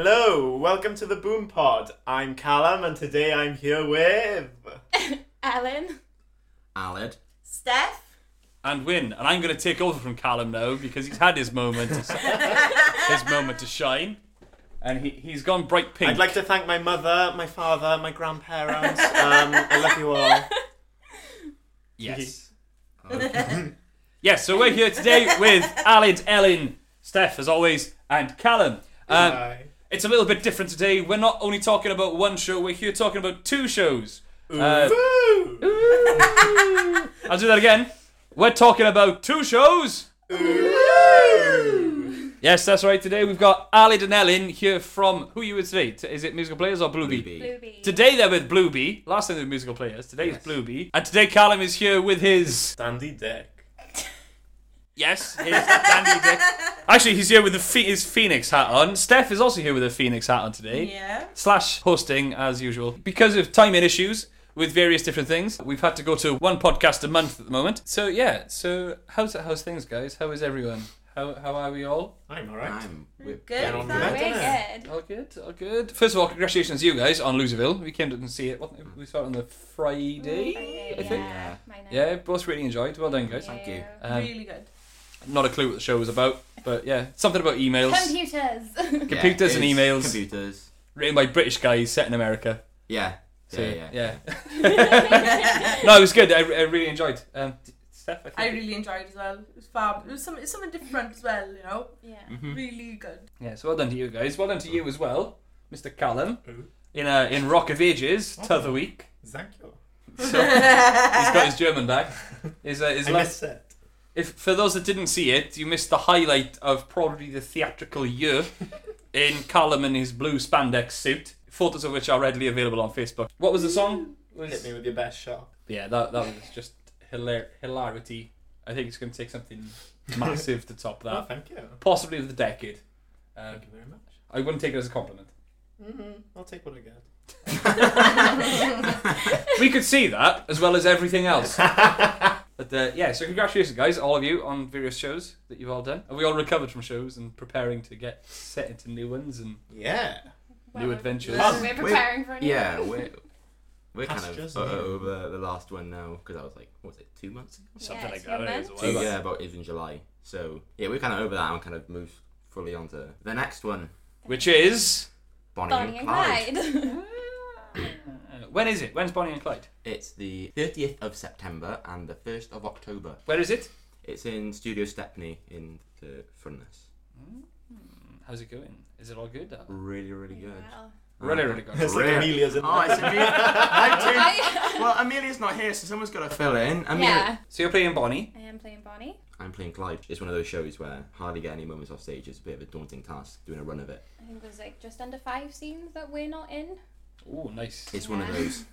Hello, welcome to the Boom Pod. I'm Callum, and today I'm here with. Ellen. Aled. Steph. and win. And I'm going to take over from Callum now because he's had his moment, to, his moment to shine, and he he's gone bright pink. I'd like to thank my mother, my father, my grandparents. Um, I love you all. Yes. Yes, so we're here today with Alid, Ellen, Steph, as always, and Callum. Um, Bye. it's a little bit different today. We're not only talking about one show. We're here talking about two shows. Uh, Ooh. I'll do that again. We're talking about two shows. Yes, that's right. Today we've got Alid and Ellen here from who are you with today? T- Is it musical players or Bluebee? Bluebie. Today they're with Bluebee. Last time they were musical players. Today is Bluebee. And today Callum is here with his Dandy Dick. Yes, his dandy dick. Actually he's here with the phe- his Phoenix hat on. Steph is also here with a Phoenix hat on today. Yeah. Slash hosting as usual. Because of timing issues with various different things, we've had to go to one podcast a month at the moment. So yeah, so how's how's things guys? How is everyone? How how are we all? I'm alright. I'm with Good. on with Sound that, very don't good. All good, all good. First of all, congratulations to you guys on Loserville. We came to see it. What, we saw it on the Friday, I think. Yeah. mine are. Yeah, both really enjoyed. Well done, guys. Thank you. Um, really good. Not a clue what the show was about, but yeah, something about emails Computers. Computers and it's emails. Computers. written by British guys set in America. Yeah. So, yeah, yeah. no, it was good. I, I really enjoyed. Um, Steph, I think. I really enjoyed as well. It was fab. It was some, it's something different as well, you know. yeah. Really good. yeah, so well done to you guys. Well done to you as well, Mr. Callum, Ooh. in uh, in Rock of Ages, t'other week. Thank you. So he's got his German back. His, uh, his I last- missed it. If for those that didn't see it, you missed the highlight of probably the theatrical year in Callum in his blue spandex suit. Photos of which are readily available on Facebook. What was the song? Was- Hit me with your best shot. yeah, that that was just hilar- hilarity. I think it's going to take something massive to top Oh, that, thank you. possibly of the decade. Um, Thank you very much. I wouldn't take it as a compliment. Mm-hmm. I'll take what I get. We could see that as well as everything else. But uh, yeah, so congratulations, guys, all of you on various shows that you've all done. And we all recovered from shows and preparing to get set into new ones and Yeah. New adventures. Oh, We're, we're Wait, preparing for a new Yeah, one. we're, we're kind Pastures of and- uh, over the last one now because I was like, what was it, two months ago? Something Yeah, like it's that, your I think it was Two, month. yeah, about is in July. So, yeah, we're kind of over that and kind of moved fully on to the next one Which is Bonnie, Bonnie and Clyde. uh, when is it? When's Bonnie and Clyde? It's the 30th of September and the 1st of October. Where is it? It's in Studio Stepney in the Furness. How's it going? Is it all good? Uh, Really, really good. Well, Really, really good. It's like Rare. Amelia's in Oh, it's Amelia. I I, do. Well, Amelia's not here, so someone's got to fill in. Amelia. yeah. So you're playing Bonnie. I am playing Bonnie. I'm playing Clyde. It's one of those shows where hardly get any moments off stage. It's a bit of a daunting task doing a run of it. I think there's like just under five scenes that we're not in. Oh, nice. It's one of those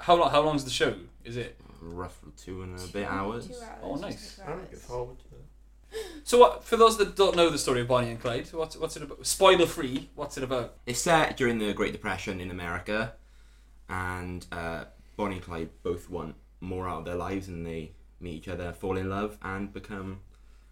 How long? How long's the show? Is it? rough two and a bit hours. Two hours. Oh, just nice. two I'm hours. looking forward to it. So what? For those that don't know the story of Bonnie and Clyde, what's what's it about? Spoiler free. What's it about? It's set during the Great Depression in America, and uh, Bonnie and Clyde both want more out of their lives, and they meet each other, fall in love, and become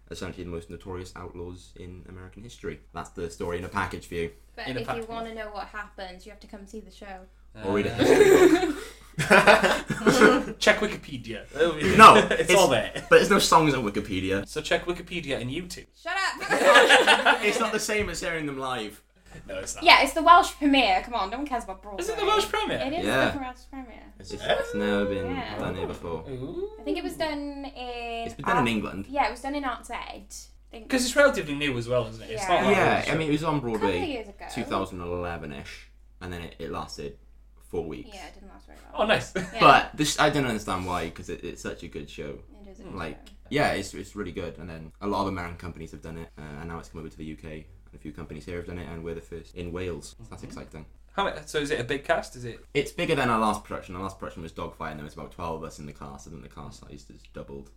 essentially the most notorious outlaws in American history. That's the story in a package for you. But In a if you pack. want to know what happens, you have to come see the show. Or read a Uh, history book. Check Wikipedia. That'll be- No, it's, it's- all there. But there's no songs on Wikipedia. So check Wikipedia and YouTube. Shut up! It's not the same as hearing them live. No, it's not. yeah, it's the Welsh premiere. Come on, no one cares about Broadway. Is it the Welsh premiere? It is Yeah. the Welsh premiere. It's, it's never been Yeah. done here before. Ooh. I think it was done in. It's been done in Ar- England. Yeah, it was done in Arts Ed. I think. Because it's relatively new as well, isn't it? It's Yeah. not like Yeah, it's I mean, it was on a couple of Broadway years ago. 2011 ish, and then it, it lasted four weeks. Yeah, it didn't last very Oh, long. nice. yeah, But this, I don't understand why, because it, it's such a good show. it is a good Like, show. yeah, it's, it's really good. And then a lot of American companies have done it, uh, and now it's come over to the UK. And a few companies here have done it, and we're the first in Wales. So Mm-hmm. that's exciting. How many, so is it a big cast? Is it? It's bigger than our last production. Our last production was Dogfight, and there was about 12 of us in the cast, and then the cast size has doubled.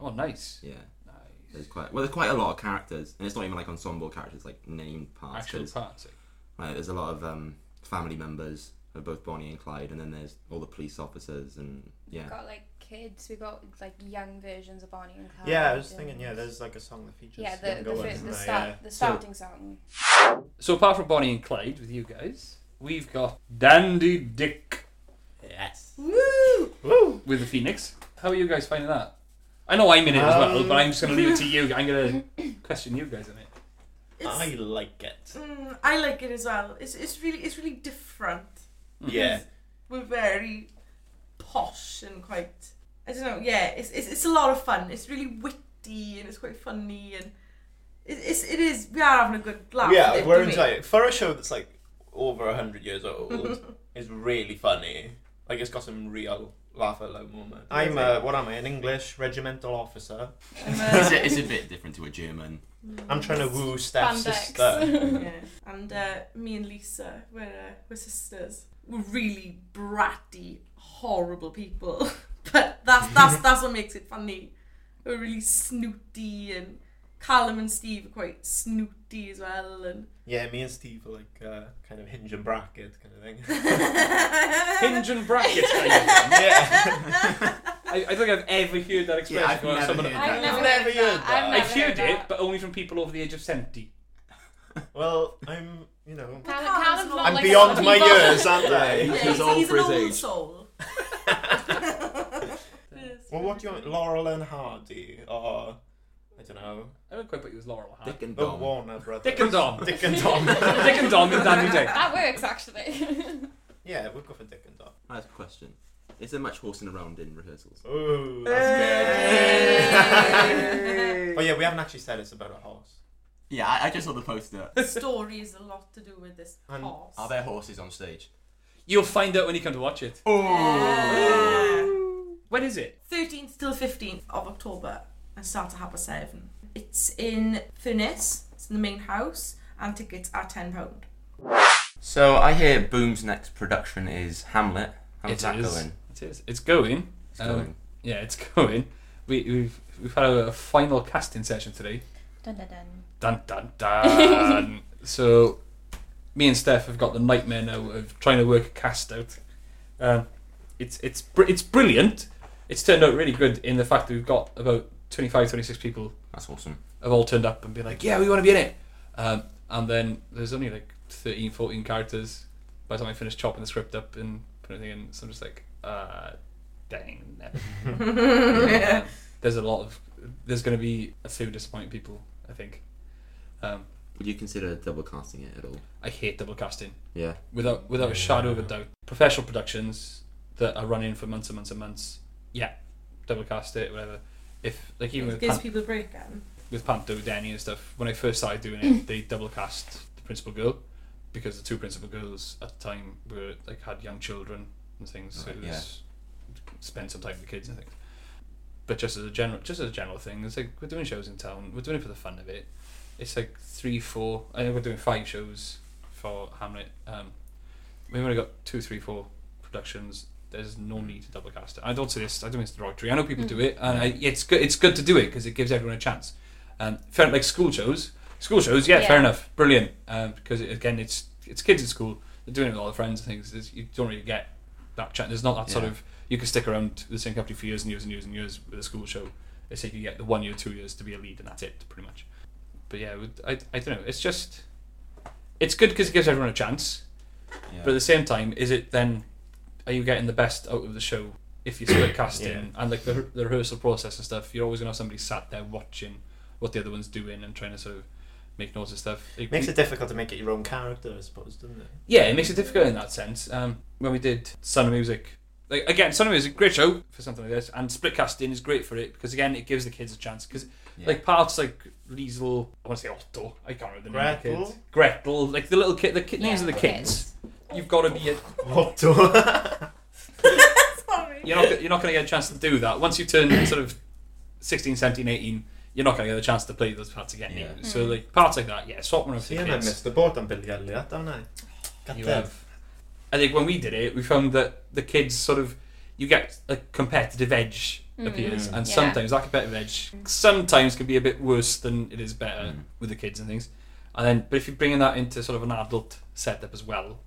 Oh, nice. Yeah. Nice. There's quite well. There's quite a lot of characters, and it's not even like ensemble characters, like named parts. Actual 'cause, parts. like, there's a lot of um, family members of both Bonnie and Clyde, and then there's all the police officers, and yeah, Got like kids. We got like young versions of Bonnie and Clyde. Yeah, I was thinking. and- Yeah, there's like a song that features. Yeah, the younger the, ones, fir- isn't the, there? start, Yeah. the starting song. So apart from Bonnie and Clyde with you guys, we've got Dandy Dick Yes. Woo! Woo. with the Phoenix. How are you guys finding that? I know I'm in it as well, Um, but I'm just going to leave it to you. I'm going to question you guys on it. It's, I I... like it. Mm, I like it as well. It's, it's really it's really different. Yeah. We're very posh and quite I don't know. Yeah, it's it's, it's a lot of fun. It's really witty and it's quite funny and it, it's it is we are having a good laugh. with yeah, it, we're aren't we? enjoying it. For a show that's like over 100 years old, it's really funny. Like, it's got some real laugh at low moment. I'm a, what am I, an English regimental officer? I'm, it's, uh, a, it's a bit different to a German. Mm. I'm trying to woo Steph's sister. Spandex. yeah. And uh, me and Lisa, we're, uh, we're sisters. We're really bratty, horrible people. but that's, that's, that's what makes it funny. We're really snooty and Callum and Steve are quite snooty as well. And Yeah, me and Steve are like uh, kind of hinge and bracket kind of thing. Hinge and brackets. Kind of thing. yeah. I, I don't think I've ever heard that expression. I've from never someone- heard I've I've never, never heard that. heard that. I've I've never heard it, that. but only from people over the age of 70. Well, I'm, you know, Callum- Callum's Callum's not- not I'm like beyond some my people. years, aren't Yeah. I? He's old he's for his an old age. soul. Well, what do you want? Laurel and Hardy, or, I don't know, I don't quite put you as Laurel Hart. Dick and the Dom. Warner Brothers. Dick and Dom. Dick and Dom. Dick and Dom and Dandy Dick. That works actually. yeah, we'll go for Dick and Dom. I have a question. Is there much horsing around in rehearsals? Ooh, that's good. oh yeah, we haven't actually said it's about a horse. Yeah, I, I just saw the poster. Story is a lot to do with this And horse. Are there horses on stage? You'll find out when you come to watch it. Yeah. When is it? 13th till 15th of October and start at half past seven. It's in Furness, it's in the main house, and tickets are £10. So I hear Boom's next production is Hamlet. How's that going? It is. It's going. It's Um, going. Yeah, it's going. We, we've we've had a final casting session today. dun dun dun. Dun dun dun. so, me and Steph have got the nightmare now of trying to work a cast out. Um, it's it's br- it's brilliant. It's turned out really good in the fact that we've got about 25, 26 people That's awesome. have all turned up and been like, yeah, we want to be in it. Um, and then there's only like 13, 14 characters by the time I finish chopping the script up and putting it in. So I'm just like, uh, dang. Hmm. no. Um, there's a lot of, there's going to be a few disappointing people, I think. Um, Would you consider double casting it at all? I hate double casting. Yeah. Without, without a shadow of a doubt. Professional productions that are running for months and months and months, yeah, double cast it, whatever. If, like, even It with gives Pan- people a break um. with Panto, Danny and stuff, when I first started doing it, they double cast the principal girl because the two principal girls at the time were like had young children and things, so Right, it was spend some time with the kids and things. But just as a general, just as a general thing, it's like we're doing shows in town. We're doing it for the fun of it. It's like three, four. I think we're doing five shows for Hamlet. Um, we've only got two, three, four productions. There's no need to double cast it. I don't say this. I don't mean it's derogatory. I know people do it, and I, it's good. It's good to do it because it gives everyone a chance. Um, fair, like school shows. School shows, yeah, Yeah. fair enough, brilliant. Um, because it, again, it's it's kids at school. They're doing it with all their friends and things. It's, you don't really get that chance. There's not that sort Yeah. of you can stick around the same company for years and years and years and years with a school show. It's like you get the one year, two years to be a lead, and that's it, pretty much. But yeah, with- I, I don't know. It's just it's good because it gives everyone a chance. But at the same time, is it then are you getting the best out of the show if you split casting Yeah. and like the, the rehearsal process and stuff? You're always gonna have somebody sat there watching what the other one's doing and trying to sort of make notes and stuff. It- Makes it difficult to make it your own character, I suppose, doesn't it? yeah, it makes it difficult in that sense. Um, when we did Son of Music, like again, Son of Music, great show for something like this, and split casting is great for it because again, it gives the kids a chance. Because Yeah. like parts like Liesel, I want to say Otto, I can't remember the name of the Gretel? kids. Gretel, like the little kid, the kid, names of the Yeah, kids. You've got to be. A, Sorry. you're not. You're not going to get a chance to do that once you turn sort of 16, 17, 18. You're not going to get a chance to play those parts again. Yeah. So like parts like that, yeah, swap one of the See, and I kids. missed the boat on Billy Elliot, haven't I? God you damn. have. I think when we did it, we found that the kids sort of you get a competitive edge appears, and Yeah. sometimes that competitive edge sometimes can be a bit worse than it is better with the kids and things. And then, but if you're bringing that into sort of an adult setup as well,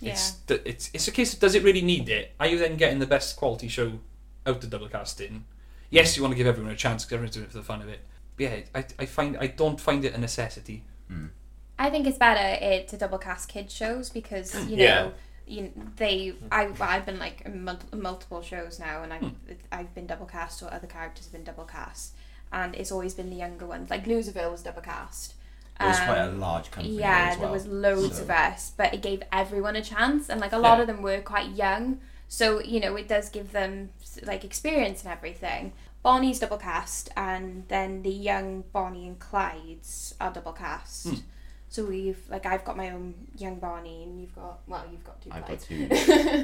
Yeah. Mm. it's th- it's it's a case of does it really need it? Are you then getting the best quality show out the double casting. Yes, you want to give everyone a chance because everyone's doing it for the fun of it. But yeah, I, I find I don't find it a necessity. Mm. I think it's better it, to double cast kids shows because you know Yeah. you they I I've been like in mul- multiple shows now and I've I've been double cast or other characters have been double cast and it's always been the younger ones like Loserville was double cast. It was quite a Um, large company. yeah, as well. there was loads so- of us, but it gave everyone a chance, and like a lot Yeah. of them were quite young, so you know it does give them s- like experience and everything. Bonnie's double cast, and then the young Bonnie and Clyde's are double cast. Hmm. So we've like I've got my own young Bonnie, and you've got well, you've got two I've got Clydes.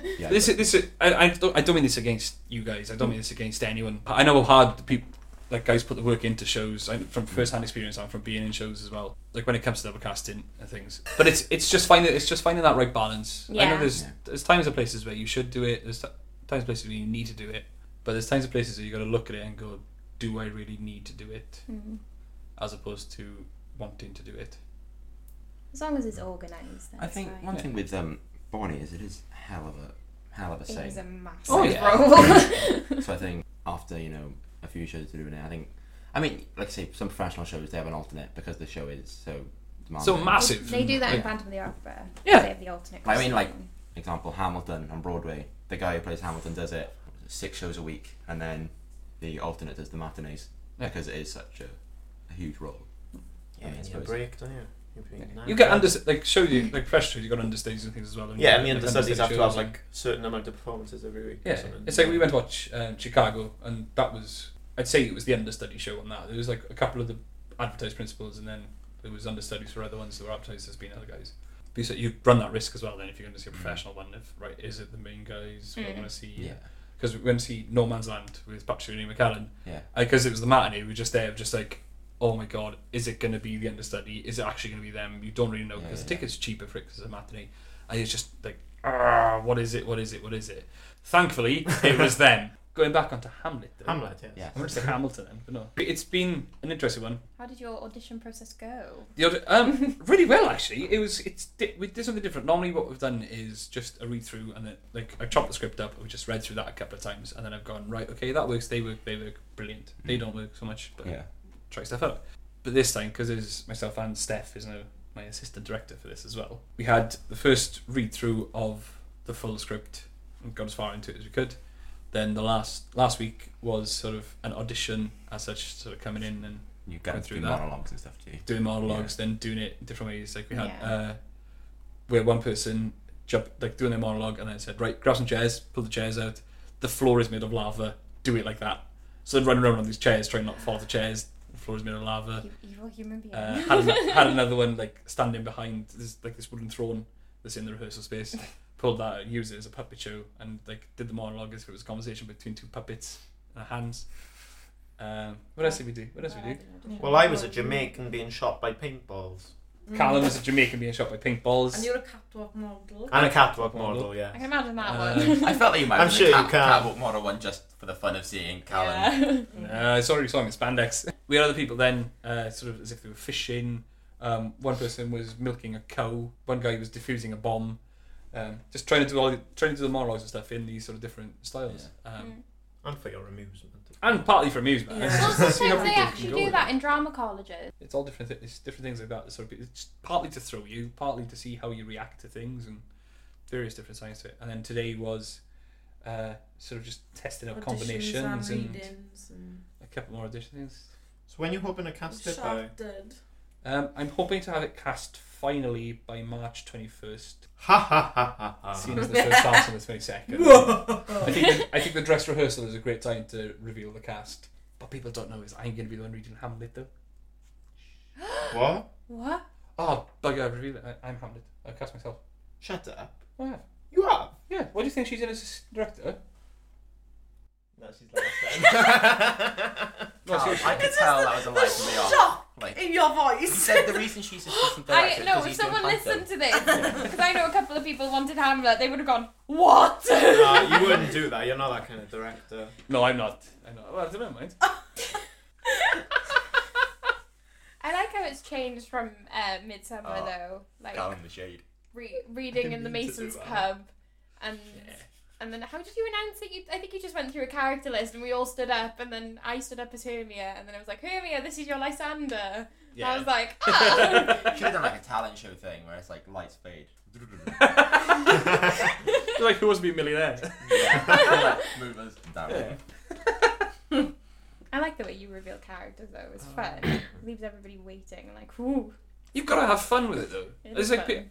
two. Yeah, This I've is got this is, I, I don't I don't mean this against you guys. I don't mean this against anyone. I know how hard the people like guys put the work into shows. I, from Mm. first hand experience and from being in shows as well. Like when it comes to double casting and things. But it's it's just finding it's just finding that right balance. I know Yeah. there's Yeah. there's times and places where you should do it. There's t- times and places where you need to do it. But there's times and places where you got to look at it and go, do I really need to do it? Mhm. As opposed to wanting to do it. As long as it's organised, then I it's think fine. one Yeah. thing with um, Bonnie is it is hell of a hell of a it saying. was a massive Oh, yeah. role. so I think after you know a few shows to do it, I think I mean like I say some professional shows they have an alternate because the show is so demanding. So massive. They do that in Yeah. Phantom of the Opera. Yeah. they have the alternate. I mean, like, costume. example Hamilton on Broadway. The guy who plays Hamilton does it six shows a week, and then the alternate does the matinees Yeah. because it is such a, a huge role. Yeah, I you need a suppose. break, don't you? You're being nice. You get under like show you like fresh shows. You got understudies and things as well. don't you? Yeah, and the Like, understudies understudy have to have shows and- like certain amount of performances every week. or Yeah, something. it's like we went to watch um, Chicago, and that was I'd say it was the understudy show on that. There was like a couple of the advertised principals, and then there was understudies for other ones that were advertised as being other guys. But you said you run that risk as well. Then if you're going to see a Mhm. professional one, if right, is it the main guys we Mhm. want to see? Yeah, because we went to see No Man's Land with Patrick and McAllen. yeah. Because it was the matinee, we were just there, just like, oh my god, is it going to be the understudy? Is it actually going to be them? You don't really know Yeah, because the yeah. ticket's cheaper for it because it's a matinee. And it's just like, ah, what is it? What is it? What is it? Thankfully, it was them. Going back onto Hamlet. Though, Hamlet, yes. Yeah. I'm going to say Hamilton then, but no. It's been an interesting one. How did your audition process go? The audi- um, really well actually. It was it's di- we did something different. Normally, what we've done is just a read through and then like I chopped the script up. We just read through that a couple of times and then I've gone right. Okay, that works. They work. They work. Brilliant. They don't work so much, but Hmm. yeah. try stuff out. But this time, because there's myself and Steph is now my assistant director for this as well. We had the first read through of the full script and got as far into it as we could. Then the last last week was sort of an audition as such, sort of coming in and You go Going through through that. monologues and stuff too. doing monologues, then doing it in different ways. Like we had Yeah. uh, where one person jumped, like doing their monologue, and then said, "Right, grab some chairs, pull the chairs out. The floor is made of lava. Do it like that." So they're running around on these chairs, trying not to fall off the chairs. The floor is made of lava. You evil human being. Uh, had, an- had another one like standing behind this like this wooden throne that's in the rehearsal space. Pulled that, out, used it as a puppet show, and like did the monologue as if it was a conversation between two puppets and hands. Um, what else did we do? What else did we do? Well, I was a Jamaican being shot by paintballs. Callum was a Jamaican being shot by pink balls. Mm. And you're a catwalk model. And a catwalk Model. model, I yeah. can imagine that Uh, one. I felt like you might. I'm have sure done you a can. Catwalk model one just for the fun of seeing Callum. Yeah. Uh, it's already song in spandex. We had other people then, uh, sort of as if they were fishing. Um, one person was milking a cow. One guy was diffusing a bomb. Um, just trying to do all, the, trying to do the monologues and stuff in these sort of different styles, um, Mm. And for your amusement. and partly for amusement. Yeah. It's Well, just to see how sometimes they people can actually go do with that it. in drama colleges. It's all different. Th- it's different things like that. that Sort of, it's partly to throw you, partly to see how you react to things, and various different sides to it. And then today was uh, sort of just testing out Auditions combinations and, and readings and a couple more audition things. So when you're hoping to cast it by? shafted. Um, I'm hoping to have it cast finally by March 21st, Ha ha ha ha seeing ha. as the show starts on the 22nd. Oh. I think the, I think the dress rehearsal is a great time to reveal the cast. What people don't know is I'm going to be the one reading Hamlet though. What? What? Oh, bugger! I reveal it. I, I'm Hamlet. I cast myself. Shut up. Oh, yeah. You have? Yeah. What do you think she's in as s- director? No, she's like No, Callum, seriously. I could tell that was a lie from the off. Shock Like in your He voice. said the reason she's assistant I director. no. If someone listened to this, because I know a couple of people wanted Hamlet, they would have gone, "What?" no, you wouldn't do that. You're not that kind of director. No, I'm not. I'm not. Well, I don't know, mind. I like how it's changed from uh, Midsummer Oh, though, like in the shade. re- reading in the didn't mean to do Masons that. pub, and And then how did you announce that you? I think you just went through a character list, and we all stood up, and then I stood up as Hermia, and then I was like, Hermia, this is your Lysander. And I was like, oh. Should have done like a talent show thing where it's like lights fade. like who wants to be a millionaire? yeah. Movers down. Yeah. I like the way you reveal characters though. Oh. It's fun. Leaves everybody waiting, like, ooh. You've got to have fun with it though. It it's is like fun.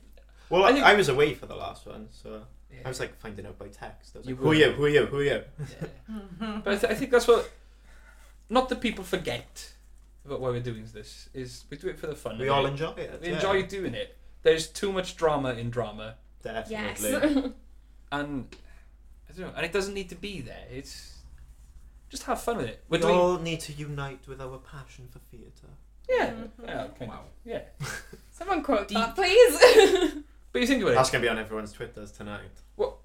Well, I I, think- I was away for the last one, so pe- I was like finding out by text. I was You like, who are were. you? Who are you? Who are you? but I, th- I think that's what not that people forget about why we're doing this is we do it for the fun. We of all it. enjoy it. we yeah. enjoy doing it. There's too much drama in drama, Yes. Definitely. and I don't know, and it doesn't need to be there. It's just have fun with it. We're We doing all need to unite with our passion for theatre. yeah, Mm-hmm. Mhm. yeah, kind of, yeah. Someone quote Deep. that, please. Oh, But you think about it. That's going to be on everyone's Twitters tonight. What-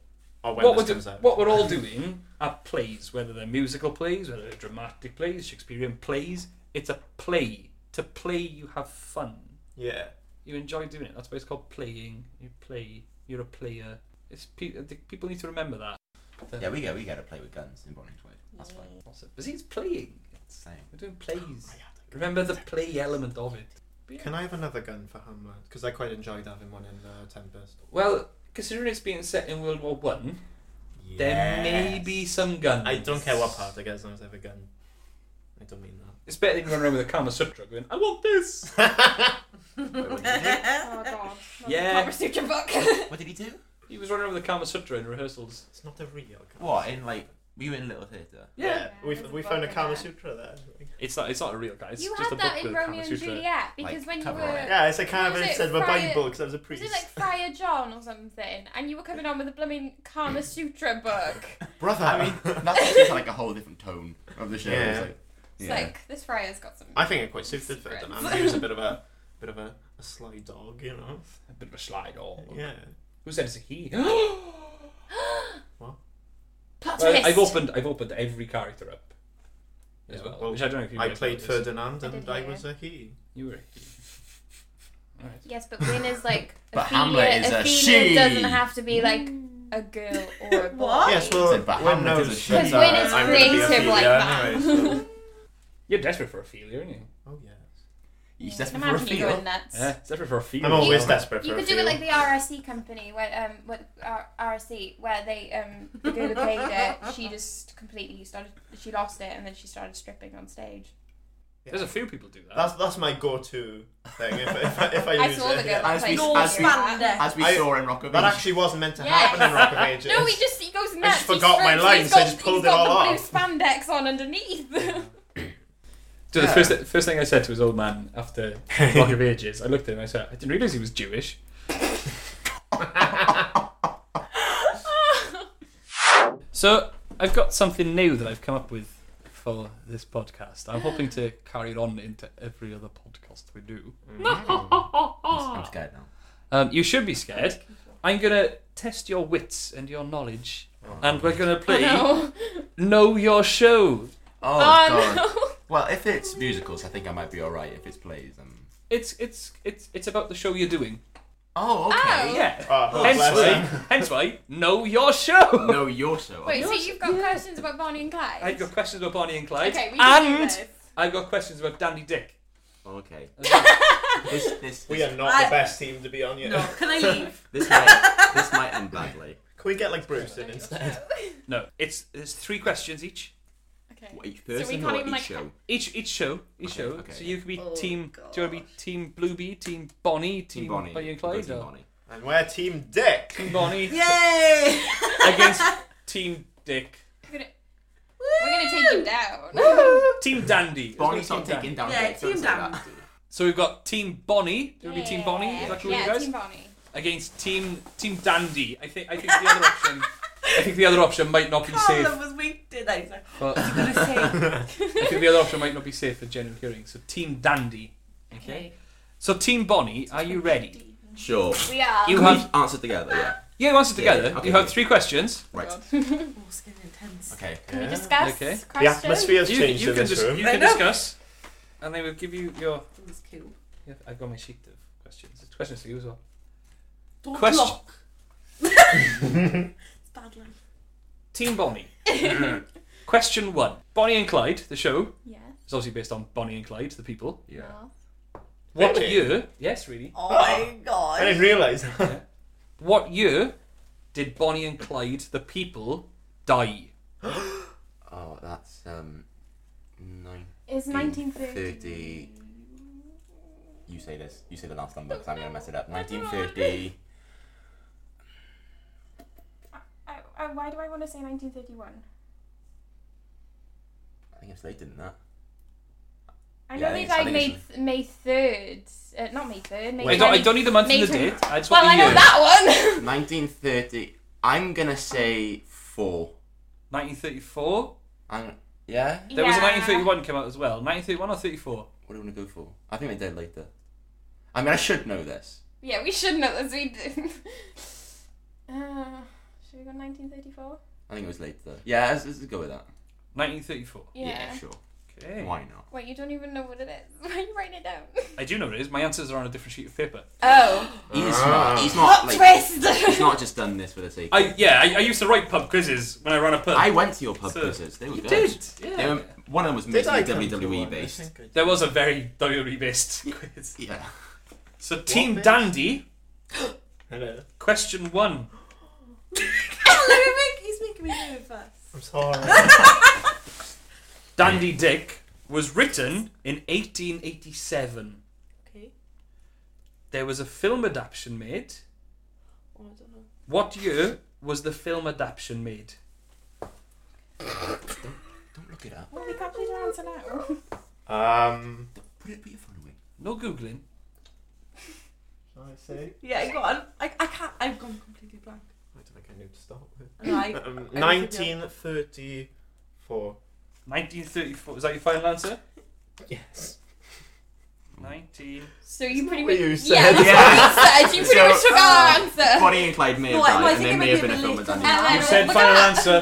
Or when what this we're, comes do- out. what we're all doing are plays, whether they're musical plays, whether they're dramatic plays, Shakespearean plays. It's a play. To play, you have fun. Yeah. You enjoy doing it. That's why it's called playing. You play. You're a player. It's pe- I think people need to remember that. Yeah, we get we get to play with guns in Bonnie's way. That's fine. Awesome. Because he's playing. It's the same. We're doing plays. Remember the play element of it. But yeah. Can I have another gun for Homeland? Because I quite enjoyed having one in uh, Tempest. Well, considering it's being set in World War One, there may be some guns. I don't care what part I get as long as I have a gun. I don't mean It's better than you running around with a Kama Sutra going, "I want this." that. oh god. Yeah. Barbara Sutra book. What did he do? He was running around with the Kama Sutra in rehearsals. it's not a real gun. What in like were you in Little Theatre? Yeah. We, there's we a found a book in Kama there. Sutra there. It's not. It's not a real guy. It's you just a had book that with in a Kama Romeo and Sutra. Juliet because Like, when you cover were on it. Yeah, it's a Was Kama it instead of a Friar- Bible because I was a was priest. it like Friar John or something? And you were coming on with a blooming Kama Sutra book. Brother, I mean, that's just like a whole different tone of the show. It's Yeah. like, It's yeah. like this friar's got some. I think it quite suited for it. Secrets. man. He was a bit of a bit of a, a sly dog, you know. A bit of a slide all. Yeah. Who said it's a he? Plot Well, twist. I've opened. I've opened every character up. As well, Well, which I don't know if you I guys played noticed. Ferdinand I and did I hear. was a he. You were. a he. Alright. Yes, but Gwyn is like. But Ophelia, Hamlet is a Ophelia she. doesn't have to be like a girl or a boy. What? Yes, well, Said, but Wynne Hamlet is a knows. shit Because Sorry, Gwyn is I'm gonna be creative Ophelia like that. anyway, so- You're desperate for Ophelia, aren't you? Oh yes. You just have to Imagine you feel. going nuts. Yeah, desperate for Ophelia. I'm always You- desperate for You a could do it feel. like the RSC company, where um, what R- RSC, where they um, the girl who played it, she just completely started, she lost it, and then she started stripping on stage. There's a few people do that. That's that's my go-to thing if, if, I, if I I use saw it. the girl yeah. that As played we- it. as we- spandex. As we I- saw in Rock of That Ages. actually wasn't meant to Yeah. happen in Rock of Ages. No, he just he goes nuts. just he forgot my strips, lines, he's I got- just pulled he's it got all the off. Blue spandex on underneath. So the Yeah. first, first thing I said to his old man after Rock of Ages, I looked at him and I said, I didn't realise he was Jewish. so I've got something new that I've come up with for this podcast. I'm hoping to carry it on into every other podcast we do. Mm-hmm. Oh. I'm scared now. Um, you should be scared. I'm going to test your wits and your knowledge. And we're going to play no. Know Your Show. Oh, Oh, god. no. Well, if it's musicals, I think I might be alright. If it's plays, um. It's, it's, it's, it's about the show you're doing. Oh, okay. okay. Oh. Yeah. Oh, Hence bless why, him. hence why, know your show. No, your show. Oh. Wait, so Yours- you've got questions about Bonnie and Clyde? I've got questions about Barney and Clyde, Okay, we can do and this. I've got questions about Dandy Dick. Oh, Okay. as well. This, this, We this, are not I- the best team to be on yet. No, can I leave? this might, this might end badly. Can we get like Bruce in instead? no, it's it's three questions each. okay. What, each we person can't or even, each like, show? Each each show, each Okay, show. okay, so you could be Oh, team. Do you want to be gosh. team Bluebee, team Bonnie, team, Team Bonnie. Barney and We'll go Clyde, Team or Bonnie. And we're Team Dick. team Bonnie Yay! against team Dick, We're gonna, we're gonna take you down. team Dandy. Let's go Bonnie's team not Dan- taking down. Yeah, Dick, don't team say that. down. So we've got team Bonnie. Do you want to be team Bonnie? Is that cool with yeah, you guys? Team Bonnie. Against team team Dandy. I think I think the other option. I think the other option might not be safe. Colin was waiting. I was like, But I what are you gonna say? think the other option might not be safe for general hearing. So Team Dandy. Okay. So Team Bonnie, are you ready? Sure. We are. You Can have we answer together? Yeah. yeah, you answer Yeah, together. okay, you have yeah. three questions. Right. Oh, it's getting intense. Okay. Can we discuss Okay. questions? The atmosphere's You, changed you in can this dis- room. you I can know. discuss, and they will give you your. That was cool. yeah, I've got my sheet of questions. It's questions for you as well. Don't Question- block. it's bad luck. Team Bonnie. Question one: Bonnie and Clyde, the show, Yes. is obviously based on Bonnie and Clyde, the people. Yeah. What Really? year? Yes, really. Oh my god. I didn't realise that. What year did Bonnie and Clyde, the people, die? Oh, that's um, nine. It's 1930. You say this. You say the last number because I'm gonna mess it up. 1930. I, I, Uh, why do I want to say 1931? I think it's later than that. I Yeah, know I they think it's- I died May think th- May third. Uh, not May third. May I don't, I 20 don't need the month and the May date. I just Well, I want the know year. that one. 1930. I'm gonna say four. 1934. I'm yeah. There was a Yeah. 1931 come out as well. 1931 or 34? What do you want to go for? I think they did later. I mean, I should know this. Yeah, we should know this. We do. Uh, should we go 1934? I think it was later. Yeah, let's, let's go with that. 1934. Yeah. sure. Okay. Why not? Wait, you don't even know what it is. Why are you writing it down? I do know what it is. My answers are on a different sheet of paper. Oh, He's not. He's not. plot Like, twist! he's not just done this for the sake. I yeah. I, I used to write pub quizzes when I ran a pub. I went to your pub So- quizzes. They were you good. did. Yeah. They were, one of them was Did I mostly come to one? WWE I E based. think I did. There was a very WWE based quiz. Yeah. So Team bit? Dandy, Hello. question one. Let me make, he's making me nervous. I'm sorry. Dandy Dick was written in 1887. Okay. There was a film adaptation made. Oh, I don't know. What year was the film adaptation made? Don't look it up. Well, we can't please answer now. um. Put it. Put your phone away. No googling. shall I see. Yeah, go on. I, I can't. I've gone completely blank. I don't think I knew to start with. And I, Um, I- 1934. 1934. Is that your final answer? Yes. Hmm. 19. So you pretty what much. you Yeah, said. uh, that's what you said. You pretty So- much took our answer. Bonnie and Clyde may have No, I- no, I died, and think there it may might have be been a a film bit done. later. You said Look final at answer.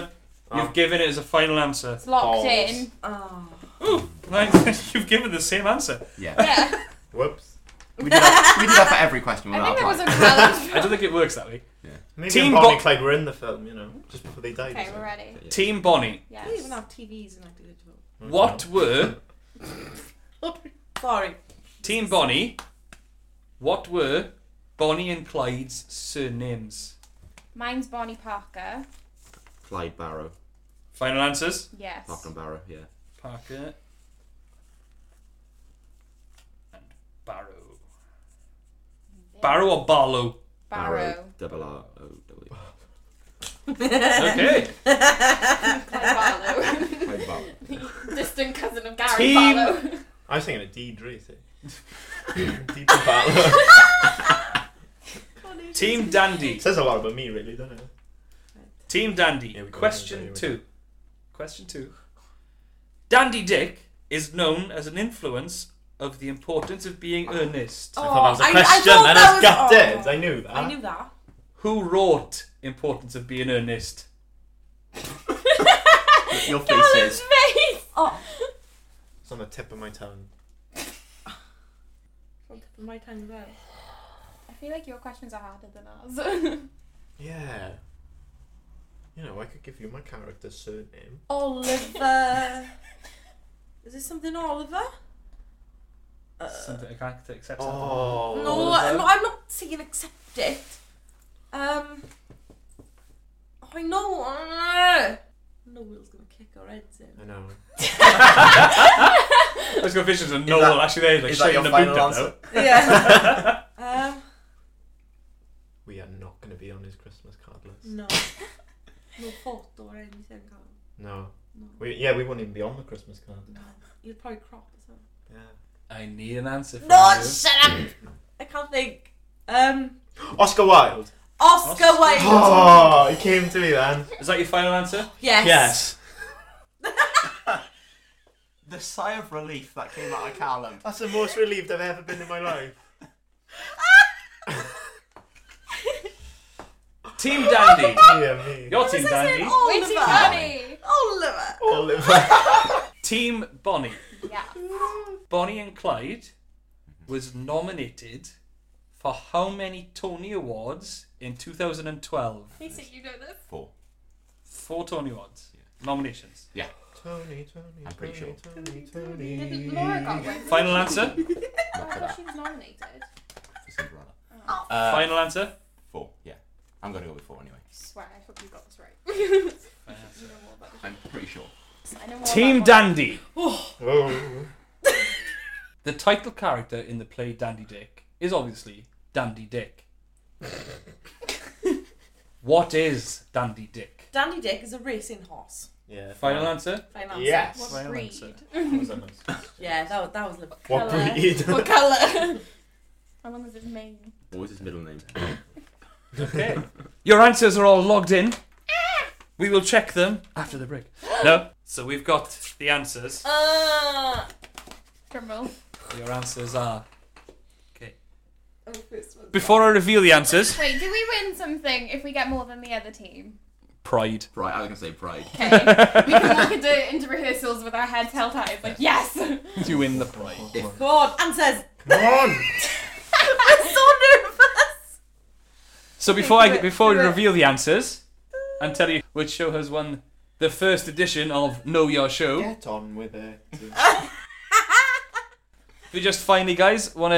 Oh. You've given it as a final answer. It's locked Balls. in. Oh. Ooh, nine- you've given the same answer. Yeah, Yeah. Whoops. we do that. We do that for every question. I We're think that was a I challenge. don't think it works that way. Maybe Team Team Bonnie Bo- and Clyde were in the film, you know, just before they died. okay, so- we're ready. Team Bonnie. I don't even Yes. have TVs in my digital. What were Sorry. Team Bonnie? What were Bonnie and Clyde's surnames? Mine's Bonnie Parker. Clyde Barrow, Final answers. Yes. Parker and Barrow. Yeah. Parker and Barrow. Barrow or Barlow? Barrow. Double E. R O W. Okay. Clyde Barlow. Clyde Barrow. Distant cousin of Gary Team- Barlow. I was thinking of eh? Deidre, see. Deidre Butler. Team Dandy. It says a lot about me, really, doesn't it? Team Dandy. Here we go, here Question we go, here two. Question two. Dandy Dick is known as an influence of the importance of being earnest. Oh, thought that was I- a I question, thought and that I was- was gutted. oh. I knew that. I knew that. Who wrote Importance of Being Earnest? Your face Callum's is. face. Oh. It's on the tip of my tongue. On top of my tongue there. I feel like your questions are harder than ours. Yeah. You know, I could give you my character's surname. Oliver. Is this something Oliver? Uh, Something I can't accept. that. Oh. no, I'm not, I'm not saying accept it. Um. I know. Uh, no, Will's gonna kick our heads in. I know. I was going to fish as a that- no. well, Actually, they're like Is that shutting your the boot final down answer? now. Yeah. um. We are not going to be on his Christmas card list. No. No photo or anything. Carl. No. No. We, yeah, we wouldn't even be on the Christmas card. No. You'd probably crop or something. Yeah. I need an answer from No, you. shut up. I can't think. Um. Oscar Wilde. Oscar, Oscar. Wilde. Oh, he came to me then. Is that your final answer? Yes. Yes. The sigh of relief that came out of Callum. That's the most relieved I've ever been in my life. Team Dandy. Dear me. Your Team Dandy. Way too Oliver. funny. Oliver. Oliver. Team Bonnie. Yeah. Bonnie and Clyde was nominated for how many Tony Awards in 2012? He said you know this. Four. four Tony Awards nominations. Tony, Tony, I'm pretty Tony, sure. Tony, Tony. Did Laura got one? Final answer. I Not for thought that. she was nominated. For Cinderella. Oh, Uh, Final answer. Four. Yeah. I'm gonna go with four anyway. I swear, I hope you got this right. Final answer. You know more about I'm pretty sure. this. I know more Team about Dandy. Oh. The title character in the play Dandy Dick is obviously Dandy Dick. what is Dandy Dick? Dandy Dick is a racing horse. Yeah. Final answer. Final answer. Yes. What Final breed? answer. Yeah, that was, that was like, What Colour. breed? What colour? How long was his mane? What was his middle name? Okay. Your answers are all logged in. We will check them after the break. No. So we've got the answers. uh, Drumroll. Your answers are. oh, first one. Before I reveal the answers, Wait, do we win something if we get more than the other team? pride. Pride. I was gonna say pride. Okay. we can walk into, into rehearsals with our heads held high. It's like, yes! You win the pride. God, answers. Come on. I'm so nervous. So before I do it, before we do it. reveal the answers, and tell you which show has won the first edition of Know Your Show. Get on with it. We just finally, guys, want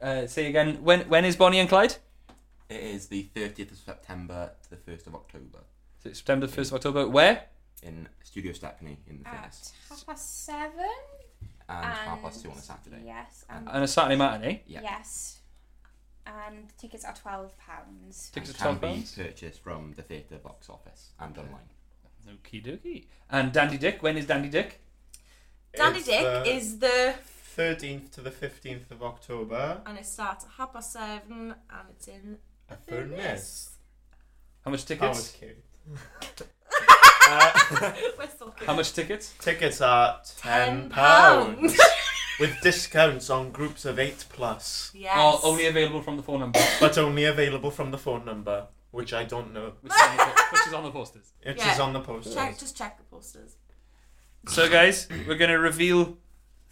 to uh, say again when when is Bonnie and Clyde? It is the 30th of September to the 1st of October So it's September first of October. Where? in Studio Stepney in the At Phoenix, half past seven? and half past two on a Saturday. Yes. And, On a Saturday matinee. Uh, Yeah. Yes. And tickets are £12. pounds. Tickets are can twelve be pounds. purchased from the theatre box office and online. Okie dokie. And Dandy Dick. When is Dandy Dick? Dandy It's Dick the is the 13th uh, to the 15th of October. and it starts at half past seven, and it's in A furnace. How much That was tickets? cute. Uh, We're so good. How much tickets? tickets are ten Ten pounds with discounts on groups of eight plus, yes. Are Oh, only available from the phone number, but only available from the phone number, which I don't know. which is on the, po- which is on the posters. It is Yeah. on the poster. check, just check the posters. So, guys, we're gonna reveal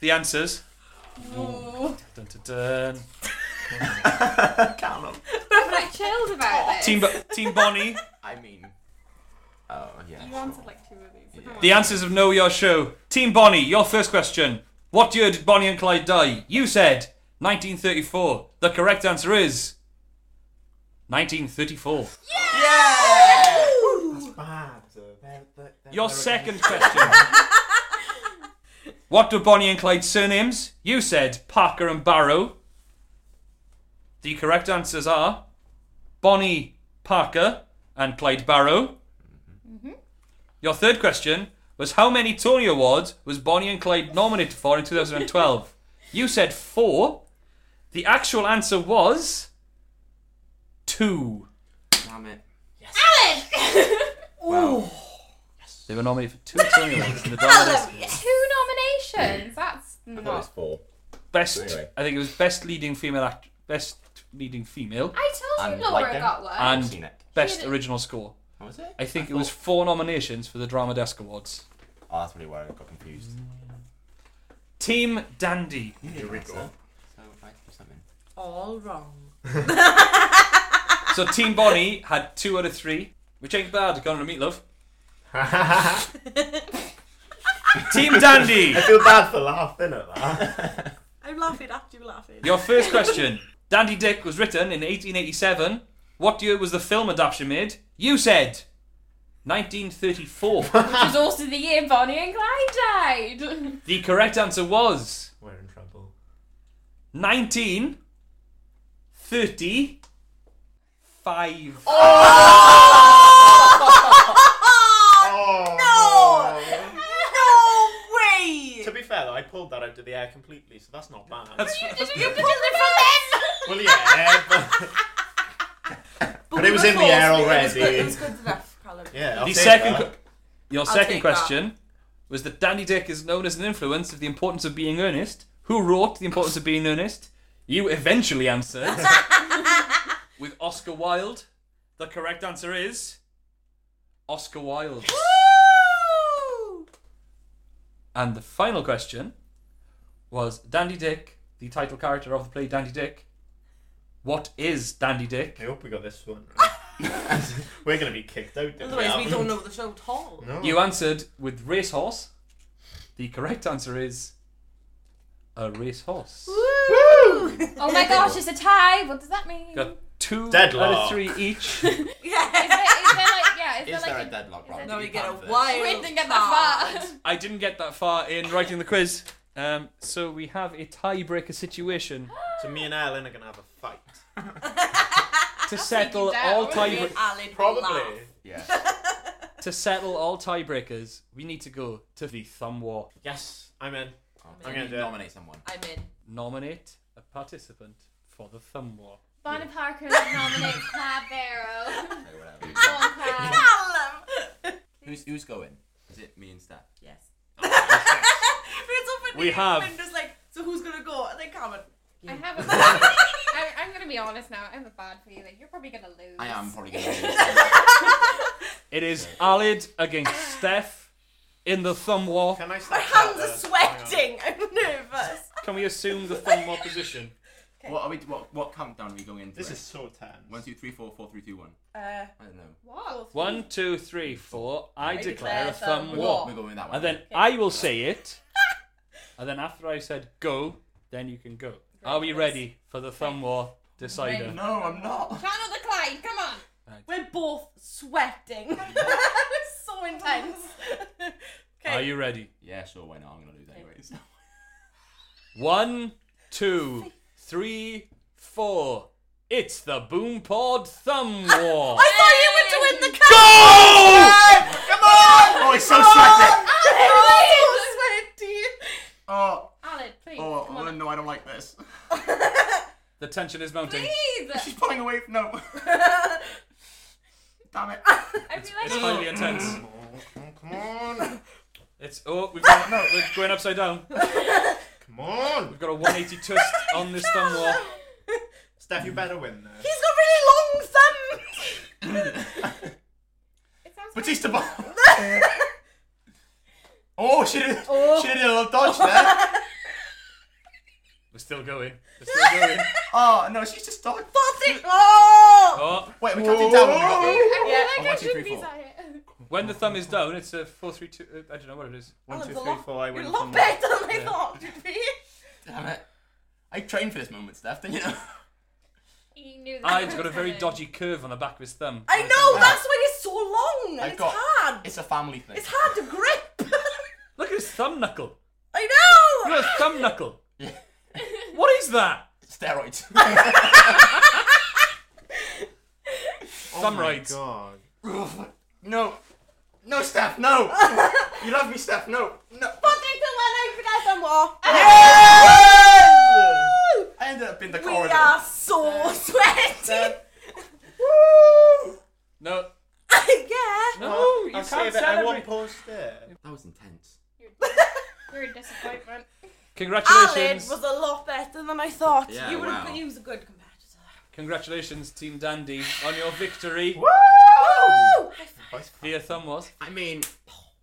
the answers. Hmm. Oh. Dun, dun, dun. Come on. I'm like chilled about this. Team Bo- Team Bonnie. I mean, oh yeah. You answered like two of these. so Yeah. come The on. answers of Know Your Show. Team Bonnie, your first question. What year did Bonnie and Clyde die? You said 1934. The correct answer is 1934. Bad. uh, they're- they're- they're- Your they're second against- question. what were Bonnie and Clyde's surnames? You said Parker and Barrow. The correct answers are Bonnie Parker and Clyde Barrow. Mm-hmm. Your third question was how many Tony Awards was Bonnie and Clyde nominated for in 2012? you said four. The actual answer was two. Damn it. They were nominated for two Tony Awards in the Dark Two nominations. That's I thought it was not. four. best Anyway. I think it was best leading female act best leading female I told And you Laura like them. got one. And- I've seen it. best Should've- original score What was it? I think it was four nominations for the Drama Desk Awards Oh, that's really where I got confused. Team Dandy Here we go. So I do something. All wrong. so Team Bonnie had two out of three which ain't bad going to meatloaf Team Dandy I feel bad for laughing at that. I'm laughing at you laughing. your first question Dandy Dick was written in 1887 what year was the film adaptation made you said 1934 Which was also the year Bonnie and Clyde died. the correct answer was We're in trouble. 1935. Oh, no way! To be fair, though, I pulled that out of the air completely, so that's not bad. That's Did you put it Well, yeah, but But it was in the air already. It was good, it was good enough, Colin. yeah. I'll the take second. that. que- your I'll second take question was that Dandy Dick is known as an influence of the importance of being earnest. Who wrote the importance of being earnest? You eventually answered with Oscar Wilde. The correct answer is Oscar Wilde. Woo! And the final question was Dandy Dick, the title character of the play Dandy Dick. What is Dandy Dick? I hope we got this one. We're going to be kicked out. if Otherwise, we haven't. don't know the show at all. No. You answered with racehorse. The correct answer is a racehorse. Woo! Oh my gosh, it's a tie. What does that mean? Got two out Deadlock. of three Is each. there, Yeah. is there like, yeah, is, Is there there like Oh, a deadlock, Rob? is Now there- we get a Can't fit. wild. We didn't get that card. far. I didn't get that far in writing the quiz. Um, so we have a tiebreaker situation So me and Ellen are going to have a fight. to settle that all would Me tie and Alan laugh. Yeah. to settle all tiebreakers. We need to go to the thumb war. Yes, I'm in. I'm gonna going do to it. nominate someone. I'm in. Nominate a participant for the thumb war. Bonnie Parker nominates Claire Barrow. Okay, whatever. Go on, Claire. Callum. who's, who's going? Is it me and Steph? Yes. Oh, it's open We have- Just like, so who's gonna go? And then Carmen. I have a bad, I, I'm gonna be honest now. I have a bad feeling. You're probably gonna lose. I am probably going to It is Alid against Steph in the thumb war. Can I My start? hands that, are uh, sweating. I'm nervous. Can we assume the thumb war position? What are we? What, what countdown are we going into? This it? is so tense. one, two, three, four, four, three, two, one. Uh, I don't know. What? One, two, three, four. I, I declare a thumb We're, war. war. Going, we're going with that one. And then I will say it. and then after I said go, then you can go. Are we ready for the thumb war decider? no, I'm not. Channel the Clyde. Come on. we're both sweating. it's so intense. Are you ready? Yeah, sure. Why not? I'm going to lose anyways. One, two, three, four. It's the Boompod Thumb War. I thought you were doing the count. Come on! Oh, it's so sweaty. I'm so sweaty. Oh, Alan, please. oh, come oh, on. no, I don't like this. The tension is mounting. Please. She's pulling away. from- No. Damn it. I feel It's like "Oh, finally intense. Come on, It's oh, we've got, no, we're going upside down. come on. We've got a 180 twist on this thumb war. Steph, you better win this. He's got really long thumbs. it sounds. Like, Batista ball. oh, she did. She did a little dodge there. We're still going. We're still going. Oh no, she's just dodged. That's it. Oh. Oh, Wait, we can't do down. when we got I there. feel Yeah. like One, I two, should three, be four. sorry. when the thumb is down, it's a four, three, two. Uh, I don't know what it is. One, Alan's two, a three, lot- four. I You're win. a from lot one. better than I thought you'd be. Damn it. I trained for this moment, Steph. Didn't you know? He knew that. I've was Ah, got a very coming. dodgy curve on the back of his thumb. I know, that's why it's so long. I've it's got- hard. It's a family thing. It's hard to grip. Look at his thumb knuckle. I Look know. at his thumb knuckle. Yeah. What is that? Steroids. thumb rides. God. no. No, Steph. No. you love me, Steph. No. No. But they don't want to get them off. I ended up in the We corridor. are so sweaty. Steph. No. yeah. No, Well, you I'll can't save it. I won't celebrate. post it. That was intense. You're a disappointment. Alan Congratulations. was a lot better than I thought. Yeah, you would wow. have been a good competitor. Congratulations, Team Dandy, on your victory. Woo! Via thumb was. I mean,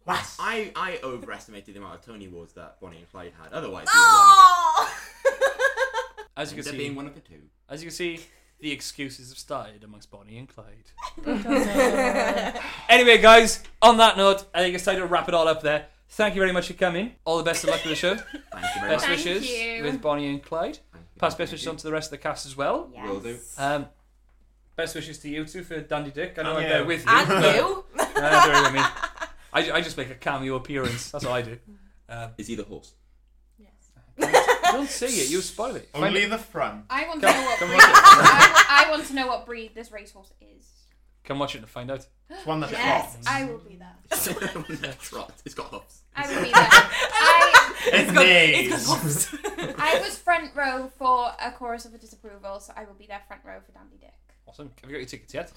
I, I overestimated the amount of Tony Awards that Bonnie and Clyde had. Otherwise, Oh! As you can there see, being one of the two. as you can see, the excuses have started amongst Bonnie and Clyde. anyway, guys, on that note, I think it's time to wrap it all up there. Thank you very much for coming. All the best of luck with the show. Thank you very Best much. Thank wishes you. with Bonnie and Clyde. Thank you, Pass thank best wishes you. on to the rest of the cast as well. Yes. Will do. Um, best wishes to you two for Dandy Dick. I know And I'm you. there with you. and but- you. Uh, don't worry about me. I, ju- I just make a cameo appearance. That's all I do. Um, Is he the horse? don't say it. You spoil it. Find Only it. the front. I want to Come- know what come breed. watch it. I, I want to know what breed this racehorse is. Come watch it and find out. It's one that's Yes, hot. I will be there. Trot. It's got hoofs. I will be there. I It's It's nays. got bumps. I was front row for a chorus of a disapproval, so I will be there front row for Dandy Dick. Awesome. Have you got your tickets yet?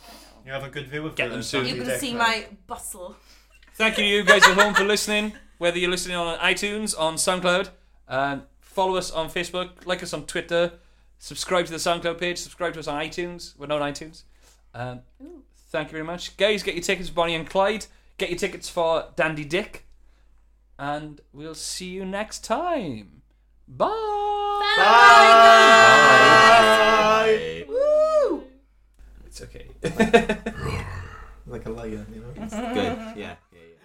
You have a good view of Get the- them soon. You You can see my bustle. Thank you to you guys at home for listening. Whether you're listening on iTunes, on SoundCloud, um, follow us on Facebook, like us on Twitter, subscribe to the SoundCloud page, subscribe to us on iTunes. We're not on iTunes. Um, Ooh. thank you very much. Guys, get your tickets for Bonnie and Clyde. Get your tickets for Dandy Dick. And we'll see you next time. Bye. Bye. Bye. Woo! It's okay. okay. Like a lion, you know? Good, yeah.